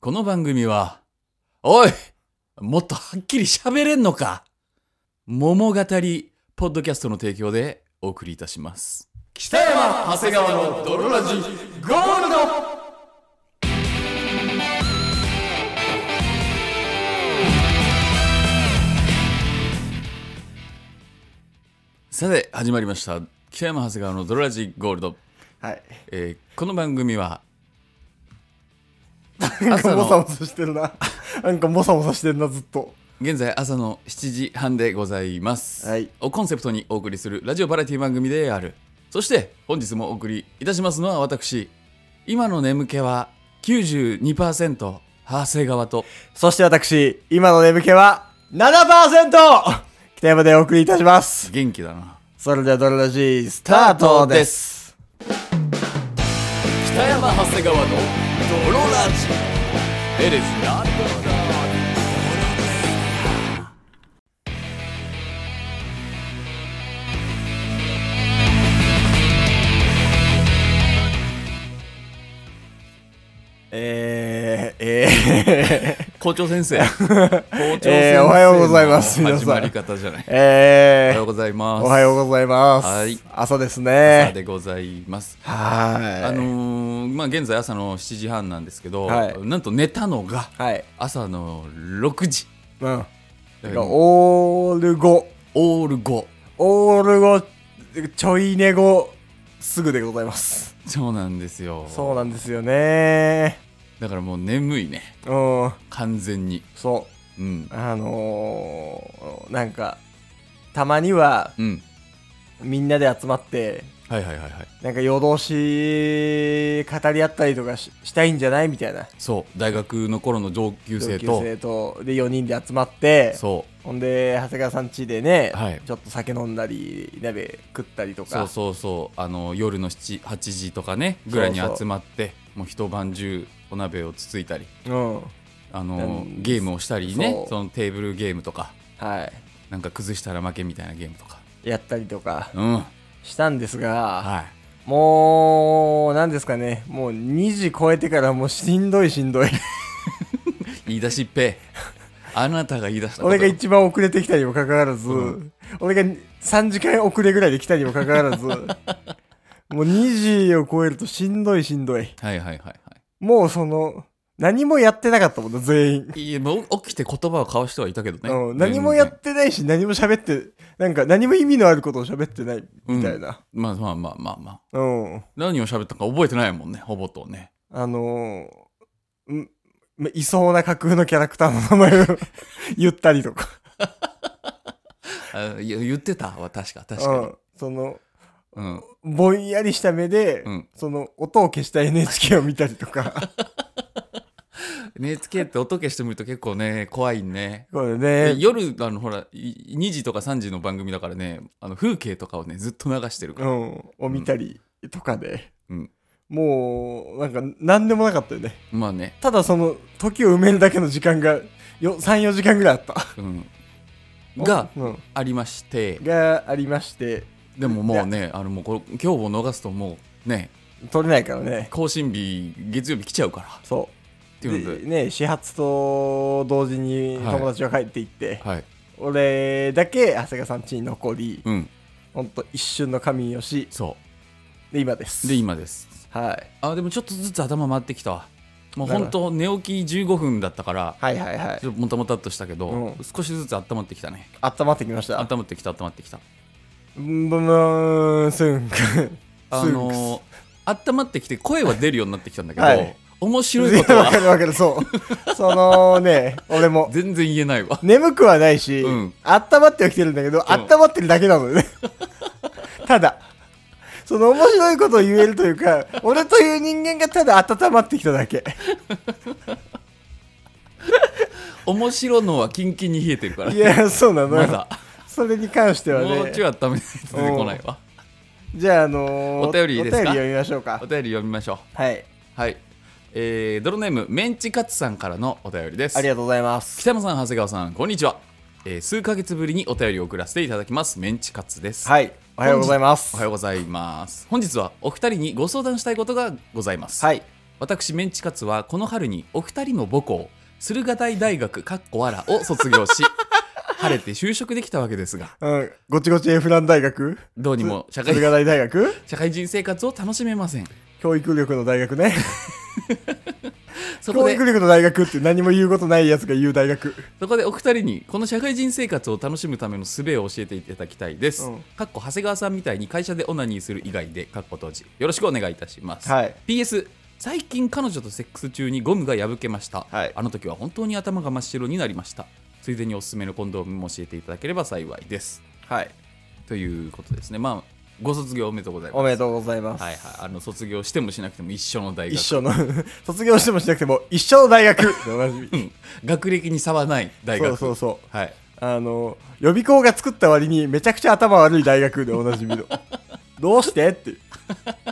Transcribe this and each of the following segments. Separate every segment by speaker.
Speaker 1: この番組は、おいもっとはっきり喋れんのか桃語りポッドキャストの提供でお送りいたします。北山長谷川の泥ラジゴールドさて始まりました北山長谷川の泥ラジゴールド、
Speaker 2: はい。
Speaker 1: えーこの番組は
Speaker 2: なん
Speaker 1: 朝
Speaker 2: か
Speaker 1: の
Speaker 2: もさもさしてるな。 なんかもさもさしてるな、ずっと。
Speaker 1: 現在朝の7時半でございます、
Speaker 2: はい
Speaker 1: をコンセプトにお送りするラジオバラエティ番組であるそして本日もお送りいたしますのは私今の眠気は92%長谷川と
Speaker 2: そして私、今の眠気は 7%! 北山でお送りいたします。
Speaker 1: 元気だな
Speaker 2: それではドロラジースタートです。
Speaker 1: 北山長谷川の泥ラジ It is not
Speaker 2: えー、えー、
Speaker 1: 校長 先生校長先
Speaker 2: えーおはようございます皆さん
Speaker 1: 始まり方じゃないおは
Speaker 2: え
Speaker 1: よう
Speaker 2: ー、
Speaker 1: ございます
Speaker 2: おはようございます。
Speaker 1: はい
Speaker 2: 朝です
Speaker 1: 朝
Speaker 2: ね。
Speaker 1: でございます
Speaker 2: は
Speaker 1: あ
Speaker 2: ーい。
Speaker 1: のーまあ、現在朝の7時半なんですけど、
Speaker 2: はい
Speaker 1: なんと寝たのが
Speaker 2: はい。
Speaker 1: 朝の6時
Speaker 2: うん。
Speaker 1: だか
Speaker 2: てからオール語。
Speaker 1: オール5
Speaker 2: オール語、ちょい寝語、すぐでございます。
Speaker 1: そうなんですよ
Speaker 2: そうなんですよね
Speaker 1: だからもう眠いね
Speaker 2: うん。
Speaker 1: 完全に
Speaker 2: そう。
Speaker 1: うん
Speaker 2: あのー、なんかたまには
Speaker 1: うん
Speaker 2: みんなで集まって
Speaker 1: はいはいはいはい
Speaker 2: なんか夜通し語り合ったりとかししたいんじゃないみたいな
Speaker 1: そう大学の頃の上級生
Speaker 2: 同級
Speaker 1: と
Speaker 2: 生とで4人で集まって
Speaker 1: そ
Speaker 2: ほんで長谷川さん家でね、
Speaker 1: はい
Speaker 2: ちょっと酒飲んだり鍋食ったりと
Speaker 1: うそ
Speaker 2: か
Speaker 1: うそうそうあの夜の7 8時とかねぐらいに
Speaker 2: そうそう
Speaker 1: 集まってもう一晩中お鍋をつついたり
Speaker 2: うん
Speaker 1: あの
Speaker 2: うん
Speaker 1: ゲームをしたりね
Speaker 2: そう
Speaker 1: そのテーブルゲームとか
Speaker 2: は
Speaker 1: なんか崩したら負けみたいなゲームとか
Speaker 2: いやったりとか
Speaker 1: うん
Speaker 2: したんですが、
Speaker 1: はい
Speaker 2: もうなんですかねもう2時超えてからもうしんどいしんどい
Speaker 1: 言い出しっぺあなたが言い出したこと
Speaker 2: 俺が一番遅れてきたにもかかわらず、
Speaker 1: うん
Speaker 2: 俺が3時間遅れぐらいで来たにもかかわ らずもう2時を超えるとしんどいしんどい
Speaker 1: はいはいはいは
Speaker 2: もうその何もやってなかったもんな全員、
Speaker 1: いいやもう起きて言葉を交わしてはいたけどね、
Speaker 2: うん、何もやってないし何も喋ってなんか何も意味のあることを喋ってないみたいな
Speaker 1: まあまあまあまあまあ
Speaker 2: うん、
Speaker 1: 何を喋ったか覚えてないもんねほぼとね
Speaker 2: あのーんまいそうな架空のキャラクターの名前を 言ったりとか
Speaker 1: あいや言ってたわ確か確
Speaker 2: う
Speaker 1: か
Speaker 2: ん、その
Speaker 1: にうん、
Speaker 2: ぼんやりした目で、
Speaker 1: うん、
Speaker 2: その音を消した NHK を見たりとか
Speaker 1: NHK って音消してみると結構ね怖いね
Speaker 2: これ
Speaker 1: で
Speaker 2: ね、
Speaker 1: 夜あのほらい2時とか3時の番組だからねあの風景とかをねずっと流してるか
Speaker 2: う
Speaker 1: ら、
Speaker 2: ん、を見たりとかで、
Speaker 1: うん
Speaker 2: もう、なんか、なんでもなかったよね。
Speaker 1: まあね、
Speaker 2: ただ、その、時を埋めるだけの時間が、よ3、4時間ぐらいあった。
Speaker 1: うん、が
Speaker 2: うん、
Speaker 1: ありまして
Speaker 2: がありまして、
Speaker 1: でももうねあのもうこれ今日を逃すともうね
Speaker 2: 取れないからね。
Speaker 1: 更新日月曜日来ちゃうからっ
Speaker 2: そ
Speaker 1: て
Speaker 2: う。
Speaker 1: いうの
Speaker 2: で
Speaker 1: で
Speaker 2: ね、始発と同時に
Speaker 1: はい
Speaker 2: 友達が帰っていって、
Speaker 1: はい
Speaker 2: 俺だけ長谷川さん家に残り、
Speaker 1: うん
Speaker 2: ほんと一瞬の髪をし、
Speaker 1: そ
Speaker 2: で、今で
Speaker 1: う
Speaker 2: す。
Speaker 1: で今です
Speaker 2: はい。
Speaker 1: あでもちょっとずつ頭回ってきたわもう本当寝起き15分だったから
Speaker 2: はいはいはい
Speaker 1: ち。ょっともたもたっとしたけど、
Speaker 2: うん
Speaker 1: 少しずつ温まってきたね
Speaker 2: 温まってきました。
Speaker 1: 温まってきた温まってきた
Speaker 2: ブンブンブンスンク。
Speaker 1: あのー、温まってきて声は出るようになってきたんだけど、
Speaker 2: はい
Speaker 1: 面白い
Speaker 2: 分
Speaker 1: こと
Speaker 2: わか
Speaker 1: は
Speaker 2: るわか る、そう。そのね、俺も。
Speaker 1: 全然言えないわ
Speaker 2: 眠くはないし、
Speaker 1: うん
Speaker 2: 温まってはきてるんだけど、
Speaker 1: ん
Speaker 2: 温まってるだけなのよね。 ただ、その面白いことを言えるというか、俺という人間がただ温まってきた だけ。
Speaker 1: 面白のはキンキンに冷えてるから
Speaker 2: いや、そうなの
Speaker 1: ま
Speaker 2: よ。
Speaker 1: だ
Speaker 2: それに関しては
Speaker 1: もう
Speaker 2: ね
Speaker 1: ち。ょい温めないと出てこないわ
Speaker 2: じゃあ、あのー
Speaker 1: お便りいいですか
Speaker 2: お便り読みましょうか
Speaker 1: お。便り読みましょう
Speaker 2: はい。
Speaker 1: はいえー、ドロネームメンチカツさんからのお便りです
Speaker 2: ありがとうございます。
Speaker 1: 北山さん長谷川さんこんにちは、えー数ヶ月ぶりにお便りを送らせていただきますメンチカツです、
Speaker 2: はい。おはようございます。
Speaker 1: おはようございます本日はお二人にご相談したいことがございます、
Speaker 2: はい。
Speaker 1: 私メンチカツはこの春にお二人の母校駿河台大学かっこわらを卒業 し晴れて就職できたわけですが
Speaker 2: うん。ごちごちエフラン大学
Speaker 1: どうにも社会
Speaker 2: 駿河台大学
Speaker 1: 社会人生活を楽しめません
Speaker 2: 教育力の大学ね。
Speaker 1: そこ
Speaker 2: 教
Speaker 1: で
Speaker 2: 育力の大学って何も言うことないやつが言う大学。
Speaker 1: そこでお二人にこの社会人生活を楽しむための術を教えていただきたいです、
Speaker 2: うん
Speaker 1: かっこ長谷川さんみたいに会社でオナニーする以外でかっこ当時よろしくお願いいたします、
Speaker 2: はい。
Speaker 1: PS 最近彼女とセックス中にゴムが破けました、
Speaker 2: はい
Speaker 1: あの時は本当に頭が真っ白になりましたついでにおすすめのコンドームも教えていただければ幸いです
Speaker 2: はい。
Speaker 1: ということですねまあご卒業おめでとうござい
Speaker 2: お
Speaker 1: ます
Speaker 2: めでとうございます。
Speaker 1: はいはいあの卒業してもしなくても一緒の大学
Speaker 2: 一緒の 卒業してもしなくても一緒の大学でおなじみ
Speaker 1: うん学歴に差はない 大
Speaker 2: そ
Speaker 1: 学
Speaker 2: うそうそう
Speaker 1: はい
Speaker 2: あの予備校が作った割にめちゃくちゃ頭悪い大学でおな じみのどうしてっていう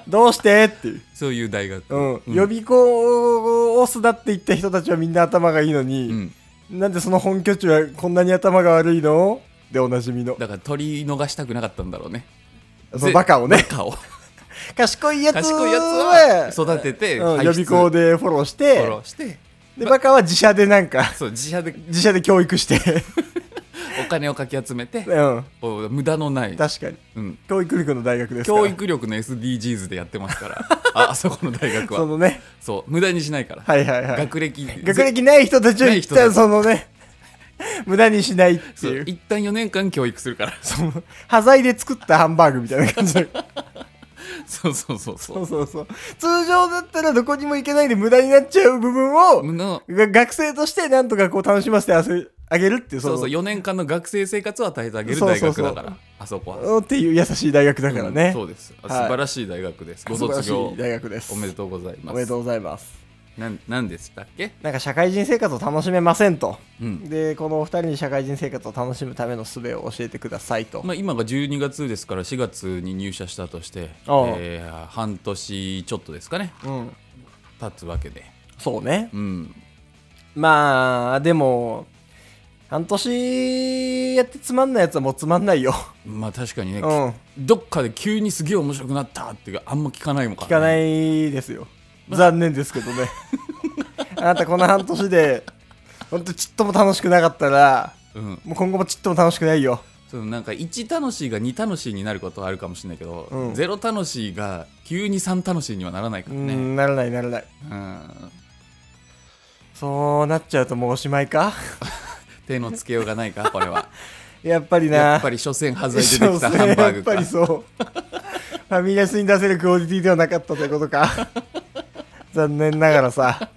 Speaker 2: どうしてっていう、
Speaker 1: そういう大学
Speaker 2: うん
Speaker 1: うん
Speaker 2: 予備校を巣立っていった人たちはみんな頭がいいの
Speaker 1: う
Speaker 2: に、
Speaker 1: ん
Speaker 2: なんでその本拠地はこんなに頭が悪いのでおなじみの
Speaker 1: だから取り逃したくなかったんだろうね
Speaker 2: そのバカをね
Speaker 1: バカ を
Speaker 2: 賢いやつ
Speaker 1: 賢いやつは育てて、
Speaker 2: うん
Speaker 1: 排出
Speaker 2: 予備校でフォローして
Speaker 1: フォローして
Speaker 2: でバカは自社でなんか
Speaker 1: そう自社で
Speaker 2: 自社で教育して
Speaker 1: お金をかき集めて
Speaker 2: うん
Speaker 1: こう無駄のない、
Speaker 2: 確かに
Speaker 1: うん、
Speaker 2: 教育力の大学ですから
Speaker 1: 教育力の SDGs でやってますから ああそこの大学
Speaker 2: そ
Speaker 1: は
Speaker 2: のね
Speaker 1: そう無駄にしないから、
Speaker 2: はいはいはい
Speaker 1: 学歴
Speaker 2: 学歴ない人たちを
Speaker 1: ない
Speaker 2: 一
Speaker 1: 人たち
Speaker 2: 旦そのね 無駄にしないって
Speaker 1: そう
Speaker 2: いう
Speaker 1: 一旦4年間教育するから
Speaker 2: その端材で作ったハンバーグみたいな感じの
Speaker 1: そうそうそうそ
Speaker 2: そううそうそう通常だったらどこにも行けないで無駄になっちゃう部分を
Speaker 1: の
Speaker 2: が学生としてなんとかこう楽しませてあせあげるっていう
Speaker 1: そうそう
Speaker 2: の
Speaker 1: 4年間の学生生活を与えてあげる
Speaker 2: そう
Speaker 1: 大
Speaker 2: そう
Speaker 1: 学
Speaker 2: そう
Speaker 1: だからあそこは
Speaker 2: うんっていう優しい大学だからね、
Speaker 1: うんそうですあ素晴らしい大学です、ご
Speaker 2: 素晴ら
Speaker 1: 卒
Speaker 2: し
Speaker 1: 業
Speaker 2: い大学です
Speaker 1: おめでとうございます
Speaker 2: おめでとうございます
Speaker 1: なんなんでしたっけ
Speaker 2: なんか社会人生活を楽しめませんと、
Speaker 1: うん
Speaker 2: でこのお二人に社会人生活を楽しむための術を教えてくださいと、
Speaker 1: まあ、今が12月ですから4月に入社したとして、え
Speaker 2: あ
Speaker 1: ー
Speaker 2: あ
Speaker 1: 半年ちょっとですかね
Speaker 2: うん
Speaker 1: 経つわけで、
Speaker 2: そうね
Speaker 1: うん、
Speaker 2: まあでも半年やってつまんないやつはもうつまんないよ
Speaker 1: まあ確かにね、
Speaker 2: うん
Speaker 1: どっかで急にすげえ面白くなったっていうあんま聞かないもん
Speaker 2: 聞か
Speaker 1: い
Speaker 2: ないですよ残念ですけど ねあなたこの半年でほんとちっとも楽しくなかったら
Speaker 1: うん、
Speaker 2: もう今後もちっとも楽しくないよ
Speaker 1: そのなんか1楽しいが2楽しいになることはあるかもしれないけど、
Speaker 2: うん
Speaker 1: ゼロ0楽しいが急に3楽しいにはならないか
Speaker 2: う
Speaker 1: らね
Speaker 2: んならないならない
Speaker 1: うん
Speaker 2: そうなっちゃうともうおしまいか
Speaker 1: 手のつけようがない かこれは
Speaker 2: やっぱりな
Speaker 1: やっぱり所詮外れ出てきたハンバーグ
Speaker 2: やっぱ
Speaker 1: か
Speaker 2: りそうファミレスに出せるクオリティではなかったということか 残念ながらさ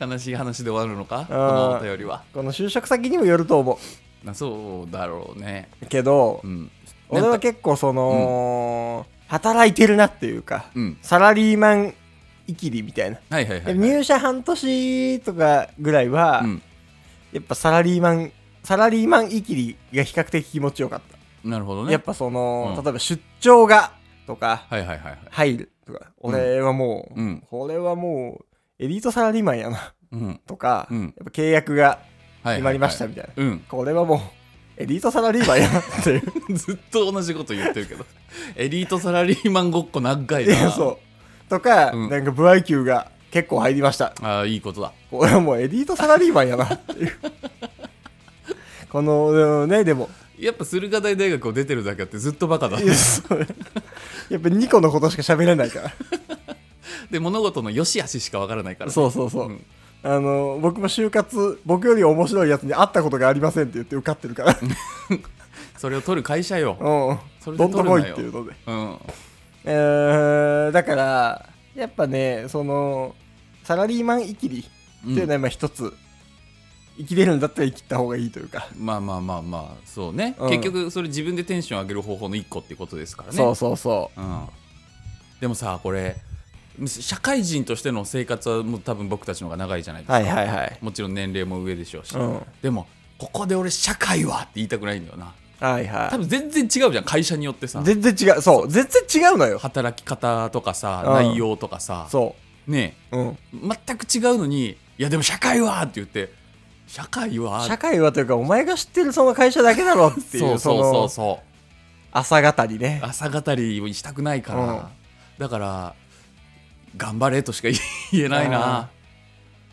Speaker 1: 悲しい話で終わるのかこのお便りは
Speaker 2: この就職先にもよると思
Speaker 1: なそうだろうね
Speaker 2: うけど、
Speaker 1: うん
Speaker 2: 俺は結構その、働いてるなっていうか、
Speaker 1: うん
Speaker 2: サラリーマンいきりみたいな、
Speaker 1: はいはいはい、はい、
Speaker 2: 入社半年とかぐらいは、
Speaker 1: うん、
Speaker 2: やっぱサラリーマンサラリーマンいきりが比較的気持ちよかっ
Speaker 1: なるほど
Speaker 2: た、
Speaker 1: ね
Speaker 2: やっぱその、
Speaker 1: うん
Speaker 2: 例えば出張がとか、
Speaker 1: はいはいはいはい
Speaker 2: 入るとか、
Speaker 1: うん
Speaker 2: 俺はもう、
Speaker 1: うん
Speaker 2: これはもう、エリートサラリーマンやな、
Speaker 1: うん
Speaker 2: とか、
Speaker 1: うん
Speaker 2: やっぱ契約が
Speaker 1: はいはいはい
Speaker 2: 決まりましたみたいな。
Speaker 1: うん
Speaker 2: これはもう、エリートサラリーマンやなっていう。
Speaker 1: ずっと同じこと言ってるけど エリートサラリーマンごっこ長 い
Speaker 2: い
Speaker 1: な
Speaker 2: や そう。とか、
Speaker 1: うん
Speaker 2: なんか不愛給が結構入りました。
Speaker 1: ああいいことだ
Speaker 2: これはもうエリートサラリーマンやなって いう。この、ね、でも、
Speaker 1: やっぱ駿河台大学を出てるだけあってずっとバカだ
Speaker 2: いやそうやっぱ2個のことしか喋れないから。
Speaker 1: で物事の良し悪ししかわからないからね、
Speaker 2: そうそうそう。
Speaker 1: ん
Speaker 2: あの僕も就活僕より面白いやつに会ったことがありませんって言って受かってるから
Speaker 1: それを取る会社よ
Speaker 2: うん
Speaker 1: それで
Speaker 2: どんとこ
Speaker 1: 取る
Speaker 2: い
Speaker 1: なよ
Speaker 2: っていうので、
Speaker 1: うん
Speaker 2: えー、だからやっぱねそのサラリーマンいきりっていうのはまあ一つ、生きれるんだったら生きった方がいいというか、
Speaker 1: まあまあまあまあそうね、
Speaker 2: うん
Speaker 1: 結局それ自分でテンション上げる方法の一個ってことですからね
Speaker 2: そうそうそ
Speaker 1: うん、でもさこれ社会人としての生活はもう多分僕たちの方が長いじゃないで
Speaker 2: う
Speaker 1: すか、
Speaker 2: はいはいはい
Speaker 1: もちろん年齢も上でしょうし、
Speaker 2: うん
Speaker 1: でもここで俺社会はって言いたくないんだよな
Speaker 2: はいは
Speaker 1: 多分全然違うじゃん会社によってさ
Speaker 2: い全然違うそう全然違うのよ
Speaker 1: 働き方とかさ、
Speaker 2: うん
Speaker 1: 内容とかさ
Speaker 2: そ
Speaker 1: ね
Speaker 2: う、うん、
Speaker 1: え全く違うのにいやでも社会はって言って社会は
Speaker 2: 社会はというかお前が知ってるその会社だけだろってい
Speaker 1: そううそうそう
Speaker 2: の
Speaker 1: そ
Speaker 2: 朝語りね
Speaker 1: う朝語りをしたくないから、
Speaker 2: うん
Speaker 1: だから頑張れとしか言えないな。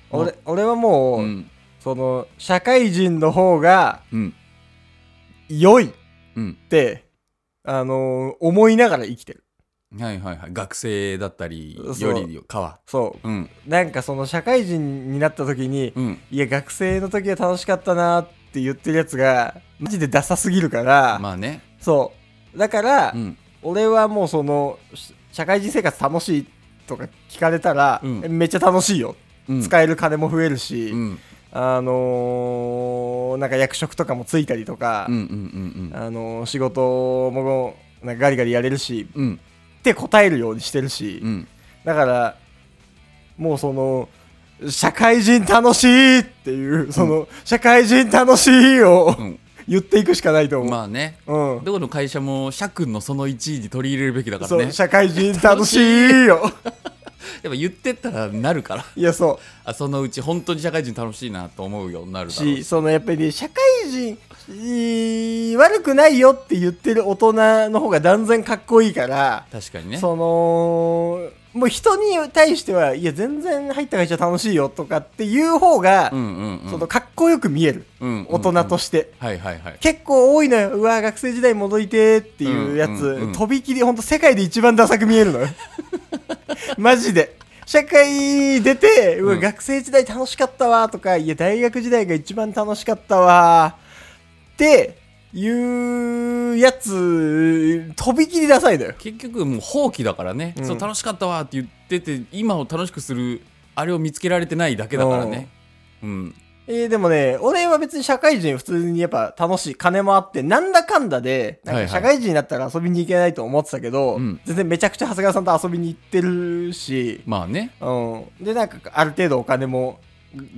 Speaker 2: 俺俺はもう、
Speaker 1: うん。
Speaker 2: その社会人の方が
Speaker 1: うん。
Speaker 2: 良いっ
Speaker 1: うん。
Speaker 2: て、あのー思いながら生きてる
Speaker 1: はいはいはい。学生だったり
Speaker 2: そう
Speaker 1: よりかは。
Speaker 2: そ
Speaker 1: うん。
Speaker 2: うなんかその社会人になった時に、
Speaker 1: うん。
Speaker 2: いや学生の時は楽しかったなって言ってるやつがマジでダサすぎるから、
Speaker 1: まあね。
Speaker 2: そうだから、
Speaker 1: うん。
Speaker 2: 俺はもうそのし社会人生活楽しいとか聞かれたら、
Speaker 1: うん
Speaker 2: えめっちゃ楽しいよ、
Speaker 1: うん。
Speaker 2: 使える金も増えるし、
Speaker 1: うん。
Speaker 2: あのーなんか役職とかもついたりとか、
Speaker 1: うんうんうん
Speaker 2: あのー仕事もなんかガリガリやれるし
Speaker 1: うん。うん。
Speaker 2: って答えるようにしてるし、
Speaker 1: うん。
Speaker 2: だからもうその社会人楽しいっていうその、社会人楽しいを
Speaker 1: うん
Speaker 2: 言っていくしかないと思う、
Speaker 1: まあね。
Speaker 2: うん
Speaker 1: どこの会社も社訓のその1位に取り入れるべきだか
Speaker 2: そ
Speaker 1: ら
Speaker 2: う
Speaker 1: ね。
Speaker 2: 社会人楽しいよ
Speaker 1: やっぱ言ってったらなるから。
Speaker 2: いやそう
Speaker 1: あそのうち本当に社会人楽しいなと思うようになるだろう
Speaker 2: し、そのやっぱりね、社会人、いい悪くないよって言ってる大人の方が断然かっこいいから、
Speaker 1: 確かにね。
Speaker 2: その、もう人に対しては、いや、全然入った会社楽しいよとかっていう方が、
Speaker 1: うんうんうん。
Speaker 2: そのかっこよく見える。
Speaker 1: うんうんうん
Speaker 2: 大人として。
Speaker 1: はいはいはい。
Speaker 2: 結構多いのよ。うわ、学生時代戻りてーっていうやつ、
Speaker 1: うんうんうん
Speaker 2: とびきり、ほんと世界で一番ダサく見える のよ。マジで。社会出て、うわ、
Speaker 1: うん
Speaker 2: 学生時代楽しかったわとか、いや、大学時代が一番楽しかったわっていうやつ、とびきりダサいのよ。
Speaker 1: 結局もう放棄だからね、
Speaker 2: うん
Speaker 1: そう楽しかったわって言ってて今を楽しくするあれを見つけられてないだけだからねうん
Speaker 2: えーでもね、俺は別に社会人普通にやっぱ楽しい、金もあって、なんだかんだで、なん
Speaker 1: はい
Speaker 2: か
Speaker 1: はい
Speaker 2: 社会人になったら遊びに行けないと思ってたけど、
Speaker 1: うん
Speaker 2: 全然めちゃくちゃ長谷川さんと遊びに行ってるし、
Speaker 1: まあね
Speaker 2: うん、でなんかある程度お金も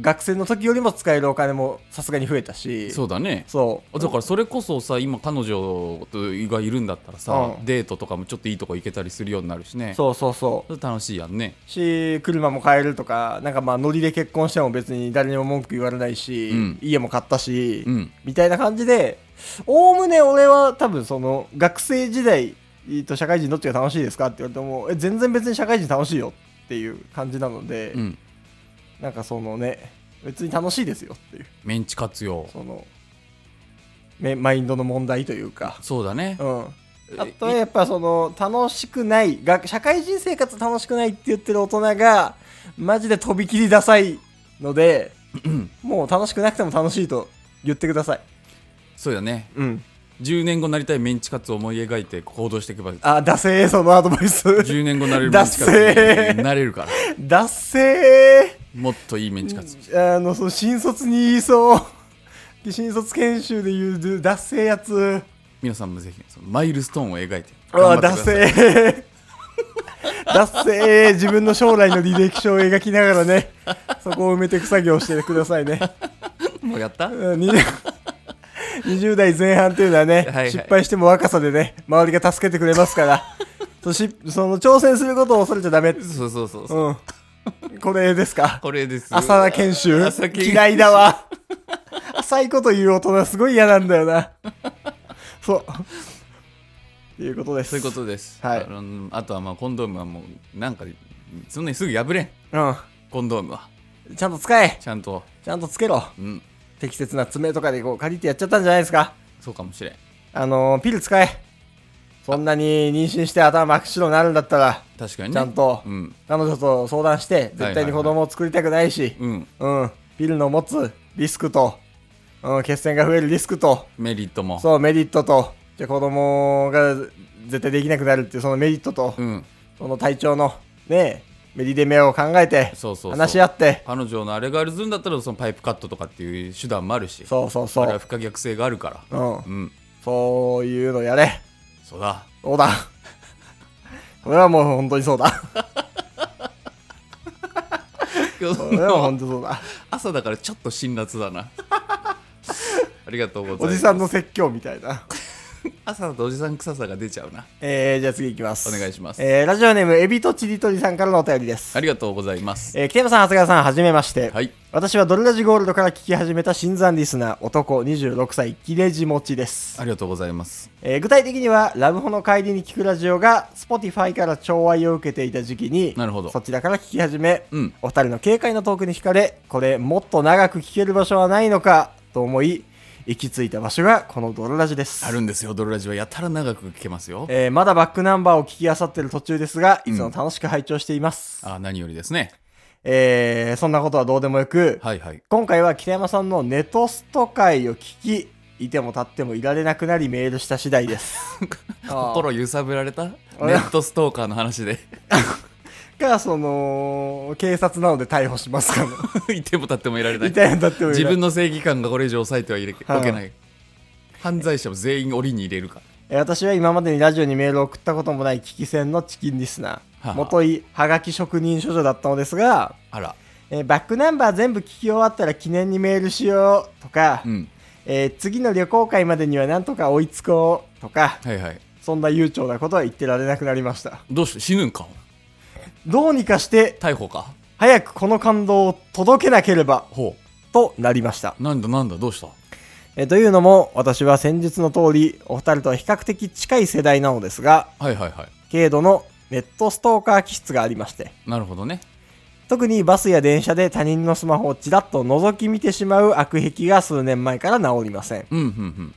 Speaker 2: 学生の時よりも使えるお金もさすがに増えたし
Speaker 1: そうだね
Speaker 2: そう
Speaker 1: だからそれこそさ今彼女がいるんだったらさ、
Speaker 2: うん
Speaker 1: デートとかもちょっといいとこ行けたりするようになるしね
Speaker 2: そうそうそ
Speaker 1: それ楽しいやんね
Speaker 2: うし車も買えるとかなんかまあノリで結婚しても別に誰にも文句言われないし、
Speaker 1: うん
Speaker 2: 家も買ったし、
Speaker 1: うん
Speaker 2: みたいな感じでおおむね俺は多分その学生時代と社会人どっちが楽しいですかって言われてもえ全然別に社会人楽しいよっていう感じなので、
Speaker 1: うん
Speaker 2: なんかそのね別に楽しいですよっていう
Speaker 1: メンチカツよ
Speaker 2: そのめマインドの問題というか
Speaker 1: そうだね
Speaker 2: うん、あとは
Speaker 1: え
Speaker 2: やっぱその楽しくないが社会人生活楽しくないって言ってる大人がマジでとびきりダサいので もう楽しくなくても楽しいと言ってください
Speaker 1: そうだね
Speaker 2: うん
Speaker 1: 10年後なりたいメンチカツを思い描いて行動していけば
Speaker 2: あダセーそのアドバイス
Speaker 1: 10年後なれるメ
Speaker 2: ダ
Speaker 1: ン
Speaker 2: ッ
Speaker 1: チ
Speaker 2: セ
Speaker 1: カ
Speaker 2: ー
Speaker 1: ツになれるから
Speaker 2: ダッセー
Speaker 1: もっといいメンチカツ
Speaker 2: あのその新卒に言いそう新卒研修で言うダッセーやつ
Speaker 1: 皆さんもぜひそのマイルストーンを描いて
Speaker 2: うわ
Speaker 1: 頑張っ
Speaker 2: あ、
Speaker 1: てくだ
Speaker 2: ダ
Speaker 1: さい
Speaker 2: セ ー。ダッセー。自分の将来の履歴書を描きながらね、そこを埋めていく作業をしてくださいね。
Speaker 1: もうやった
Speaker 2: うん20 20代前半というのはね、
Speaker 1: いはい
Speaker 2: 失敗しても若さでね、周りが助けてくれますから、そしその挑戦することを恐れちゃダメ。う
Speaker 1: そうそうそうそう、
Speaker 2: ん。これですか
Speaker 1: これです
Speaker 2: 浅田研修
Speaker 1: 浅田研修
Speaker 2: 嫌いだわ。浅いこと言う大人すごい嫌なんだよな。そう。いうことです。
Speaker 1: そういうことです、
Speaker 2: はい
Speaker 1: あのあとはまあコンドームはもうなんかそんなにすぐ破れん
Speaker 2: うん。
Speaker 1: コンドームは
Speaker 2: ちゃんと使え
Speaker 1: ちゃんと
Speaker 2: ちゃんとつけろ
Speaker 1: うん
Speaker 2: 適切な爪とかでこう借りてやっちゃったんじゃないですか
Speaker 1: そうかもしれん
Speaker 2: あのー、ピル使えそんなに妊娠して頭真っ白になるんだったら
Speaker 1: 確かにね
Speaker 2: ちゃんと
Speaker 1: うん
Speaker 2: 彼女と相談して絶対に子供を作りたくないし、
Speaker 1: うん
Speaker 2: うんピルの持つリスクと、うん、血栓が増えるリスクと
Speaker 1: メリットも
Speaker 2: そうメリットとじゃあ子供が絶対できなくなるっていうそのメリットと、
Speaker 1: うん
Speaker 2: その体調のねメリデメを考えて
Speaker 1: そうそうそう
Speaker 2: 話し合って
Speaker 1: 彼女のあれがあるずんだったらそのパイプカットとかっていう手段もあるし
Speaker 2: そうそうそ
Speaker 1: あれは
Speaker 2: う、
Speaker 1: 不可逆性があるから
Speaker 2: う
Speaker 1: う
Speaker 2: ん、
Speaker 1: ん
Speaker 2: そういうのやれ
Speaker 1: そうだ
Speaker 2: そうだ。 これはもう本当にそうだ。これは本当そ うだ。
Speaker 1: 朝だからちょっと辛辣だな ありがとうござい
Speaker 2: お
Speaker 1: ます
Speaker 2: じさんの説教みたいな。
Speaker 1: 朝だとおじさん臭さが出ちゃうな。
Speaker 2: えー、じゃあ次いきます。
Speaker 1: お願いします
Speaker 2: えー、ラジオネーム、エビとチリトリさんからのお便りです。
Speaker 1: ありがとうございます。
Speaker 2: えー、北山さん、長谷川さん、はじめまして。
Speaker 1: はい。
Speaker 2: 私はドルラジゴールドから聞き始めた新参リスナー、男26歳、切れ字持ちです。
Speaker 1: ありがとうございます。
Speaker 2: えー具体的にはラブホの帰りに聞くラジオが Spotify から寵愛を受けていた時期に
Speaker 1: なるほど
Speaker 2: そちらから聞き始め、
Speaker 1: うん
Speaker 2: お二人の軽快なトークに惹かれこれもっと長く聞ける場所はないのかと思い行き着いた場所がこのドロラジです
Speaker 1: あるんですよ、ドルラジは。やたら長く聞けますよ。
Speaker 2: えーまだバックナンバーを聞きあさってる途中ですがいつも楽しく拝聴しています、
Speaker 1: あ何よりですね。
Speaker 2: えーそんなことはどうでもよく、
Speaker 1: はいはい。
Speaker 2: 今回は北山さんのネトスト会を聞きいても立ってもいられなくなりメールした次第ですあ ー
Speaker 1: 心揺さぶられたネ
Speaker 2: あれ
Speaker 1: ットストーカーの話で。
Speaker 2: か、その、警察なので逮捕しますか も。
Speaker 1: いても立ってもいられない。
Speaker 2: みたいなだってもい
Speaker 1: 自
Speaker 2: ない
Speaker 1: 分の正義感がこれ以上抑えてはいれおけ
Speaker 2: はい
Speaker 1: ない。犯罪者も全員檻に入れるか。
Speaker 2: えー私は今までにラジオにメールを送ったこともない危機戦のチキンリスナ
Speaker 1: はあ
Speaker 2: ー。もとい、はがき職人処女だったのですが、
Speaker 1: あら。
Speaker 2: えーバックナンバー全部聞き終わったら記念にメールしようとか、
Speaker 1: うん。
Speaker 2: えー次の旅行会までにはなんとか追いつこうとか、
Speaker 1: はいはい。
Speaker 2: そんな悠長なことは言ってられなくなりました。
Speaker 1: どうして死ぬんか
Speaker 2: どうにかして、
Speaker 1: 逮捕か
Speaker 2: 早くこの感動を届けなければ、
Speaker 1: ほ
Speaker 2: となりました。
Speaker 1: う。なんだなんだどうした
Speaker 2: えーというのも私は先日の通りお二人とは比較的近い世代なのですが
Speaker 1: はいはいは
Speaker 2: 軽度のネットストーカー気質がありまして
Speaker 1: い。なるほどね。
Speaker 2: 特にバスや電車で他人のスマホをちらっと覗き見てしまう悪癖が数年前から治りません
Speaker 1: うんうん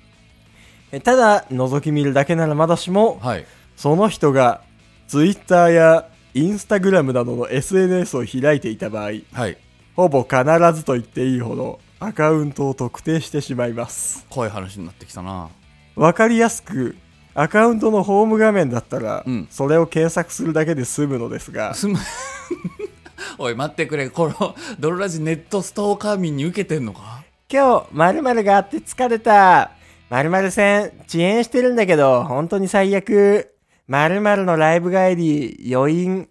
Speaker 2: えーただ覗き見るだけならまだし
Speaker 1: うん。
Speaker 2: も
Speaker 1: はい。
Speaker 2: その人が Twitter や Instagram などの SNS を開いていた場合
Speaker 1: はい。
Speaker 2: ほぼ必ずと言っていいほどアカウントを特定してしまいます
Speaker 1: 怖い話になってきたな。
Speaker 2: わかりやすくアカウントのホーム画面だったら、
Speaker 1: うん
Speaker 2: それを検索するだけで済むのですが
Speaker 1: すま おい待ってくれこのドロラジネットストーカー民に受けてんのか
Speaker 2: 今日〇〇があって疲れた〇〇戦遅延してるんだけど本当に最悪〇〇のライブ帰り余韻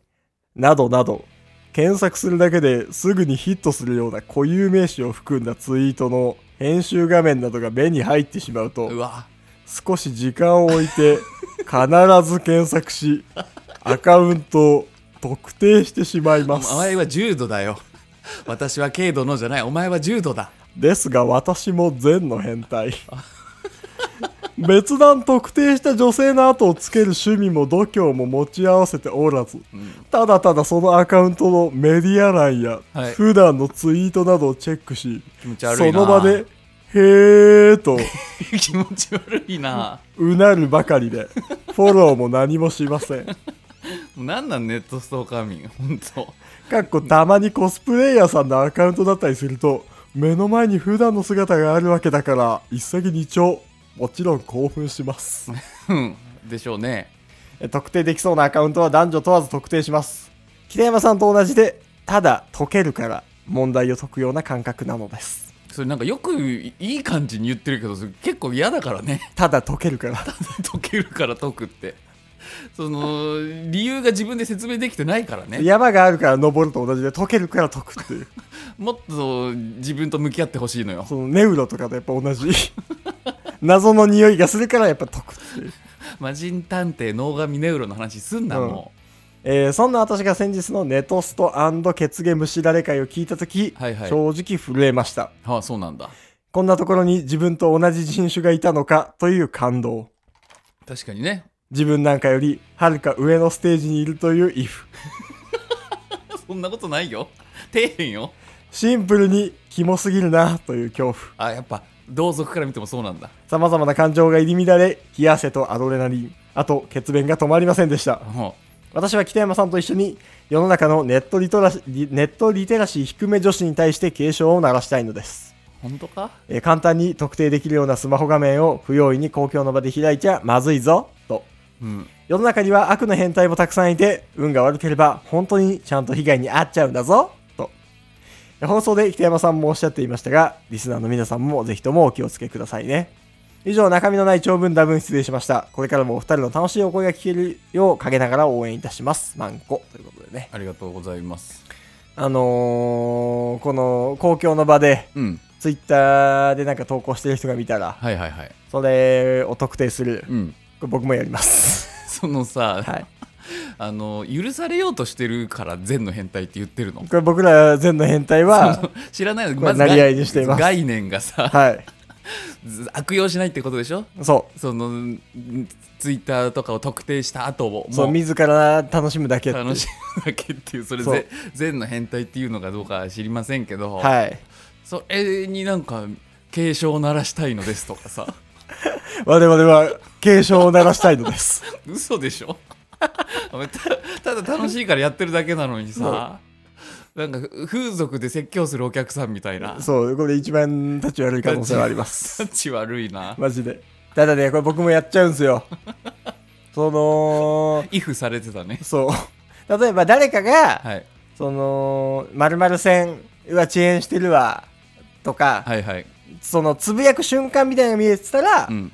Speaker 2: などなど検索するだけですぐにヒットするような固有名詞を含んだツイートの編集画面などが目に入ってしまうと
Speaker 1: うわ
Speaker 2: 少し時間を置いて必ず検索し アカウントを特定してしまい
Speaker 1: お
Speaker 2: ます
Speaker 1: 前は重度だよ私は軽度のじゃないお前は重度だ
Speaker 2: ですが私も善の変態別段特定した女性の後をつける趣味も度胸も持ち合わせておらず、ただただそのアカウントのメディア欄や、
Speaker 1: はい
Speaker 2: 普段のツイートなどをチェックし
Speaker 1: 気持ち悪い
Speaker 2: そ
Speaker 1: な
Speaker 2: の場でへーと
Speaker 1: 気持ち悪いな
Speaker 2: うなるばかりでフォローも何もしません
Speaker 1: なんなんネットストーカー民本当
Speaker 2: かっこたまにコスプレイヤーさんのアカウントだったりすると目の前に普段の姿があるわけだから一石二鳥もちろん興奮します
Speaker 1: うんでしょうね
Speaker 2: え特定できそうなアカウントは男女問わず特定します北山さんと同じでただ解けるから問題を解くような感覚なのです
Speaker 1: それなんかよくいい感じに言ってるけどそれ結構嫌だからね
Speaker 2: ただ解けるから
Speaker 1: 解けるから解くってその理由が自分で説明できてないからね
Speaker 2: 山があるから登ると同じで解けるから解くっていう
Speaker 1: もっと自分と向き合ってほしいのよ
Speaker 2: そのネウロとかとやっぱ同じ 謎の匂いがするからやっぱ解くっていう
Speaker 1: 魔人探偵能神ネウロの話すんな
Speaker 2: うん
Speaker 1: も
Speaker 2: えーそんな私が先日のネトスト血毛虫だれ会を聞いた時、
Speaker 1: はいはい
Speaker 2: 正直震えました
Speaker 1: う、ああそうなんだ
Speaker 2: こんなところに自分と同じ人種がいたのかという感動
Speaker 1: 確かにね
Speaker 2: 自分なんかよりはるか上のステージにいるという if
Speaker 1: そんなことないよ底辺よ
Speaker 2: シンプルにキモすぎるなという恐怖
Speaker 1: あやっぱ同族から見てもそうなんだ
Speaker 2: さまざまな感情が入り乱れ冷や汗とアドレナリンあと血便が止まりませんでした
Speaker 1: も
Speaker 2: 私は北山さんと一緒に世の中のネットリトラシネットリテラシー低め女子に対して警鐘を鳴らしたいのです
Speaker 1: う本当か
Speaker 2: えー簡単に特定できるようなスマホ画面を不用意に公共の場で開いちゃまずいぞと
Speaker 1: うん
Speaker 2: 世の中には悪の変態もたくさんいて運が悪ければ本当にちゃんと被害に遭っちゃうんだぞとえ放送で北山さんもおっしゃっていましたがリスナーの皆さんもぜひともお気をつけくださいね以上中身のない長文多分失礼しましたこれからもお二人の楽しいお声が聞けるよう陰ながら応援いたしますマンコということでね
Speaker 1: ありがとうございます
Speaker 2: あのーこの公共の場で
Speaker 1: うん
Speaker 2: ツツイッターでなんか投稿してる人が見たら、
Speaker 1: はいはいはい。
Speaker 2: それを特定する。
Speaker 1: うん。
Speaker 2: これ僕もやります。
Speaker 1: そのさ、
Speaker 2: はい。
Speaker 1: あの、許されようとしてるから善の変態って言ってるの。
Speaker 2: これ僕ら全の変態は、
Speaker 1: 知らないの
Speaker 2: こ
Speaker 1: が
Speaker 2: れなり合いにしています
Speaker 1: 概念がさ、
Speaker 2: はい。
Speaker 1: ず悪用しないってことでしょ
Speaker 2: そ
Speaker 1: そのんツイッターとかを特定した後を
Speaker 2: う。そう、
Speaker 1: もう
Speaker 2: 自ら楽しむだけっていう
Speaker 1: 楽しむだけっていうそれ
Speaker 2: そう
Speaker 1: ぜ善の変態っていうのかどうかは知りませんけど、
Speaker 2: はい。
Speaker 1: それになんか警鐘を鳴らしたいのですとかさ
Speaker 2: 我々は警鐘を鳴らしたいのです。
Speaker 1: 嘘でしょ たただ楽しいからやってるだけなのにさなんか風俗で説教するお客さんみたいな
Speaker 2: そう、これ一番立ち悪い可能性はあります。
Speaker 1: タチ悪いな
Speaker 2: マジで。ただね、これ僕もやっちゃうんですよ。その、
Speaker 1: イフされてたね
Speaker 2: そう。例えば誰かが、
Speaker 1: はい
Speaker 2: その、〇〇線、うわ、遅延してるわ、とか、
Speaker 1: はいはい
Speaker 2: その、つぶやく瞬間みたいなのが見えてたら、
Speaker 1: うん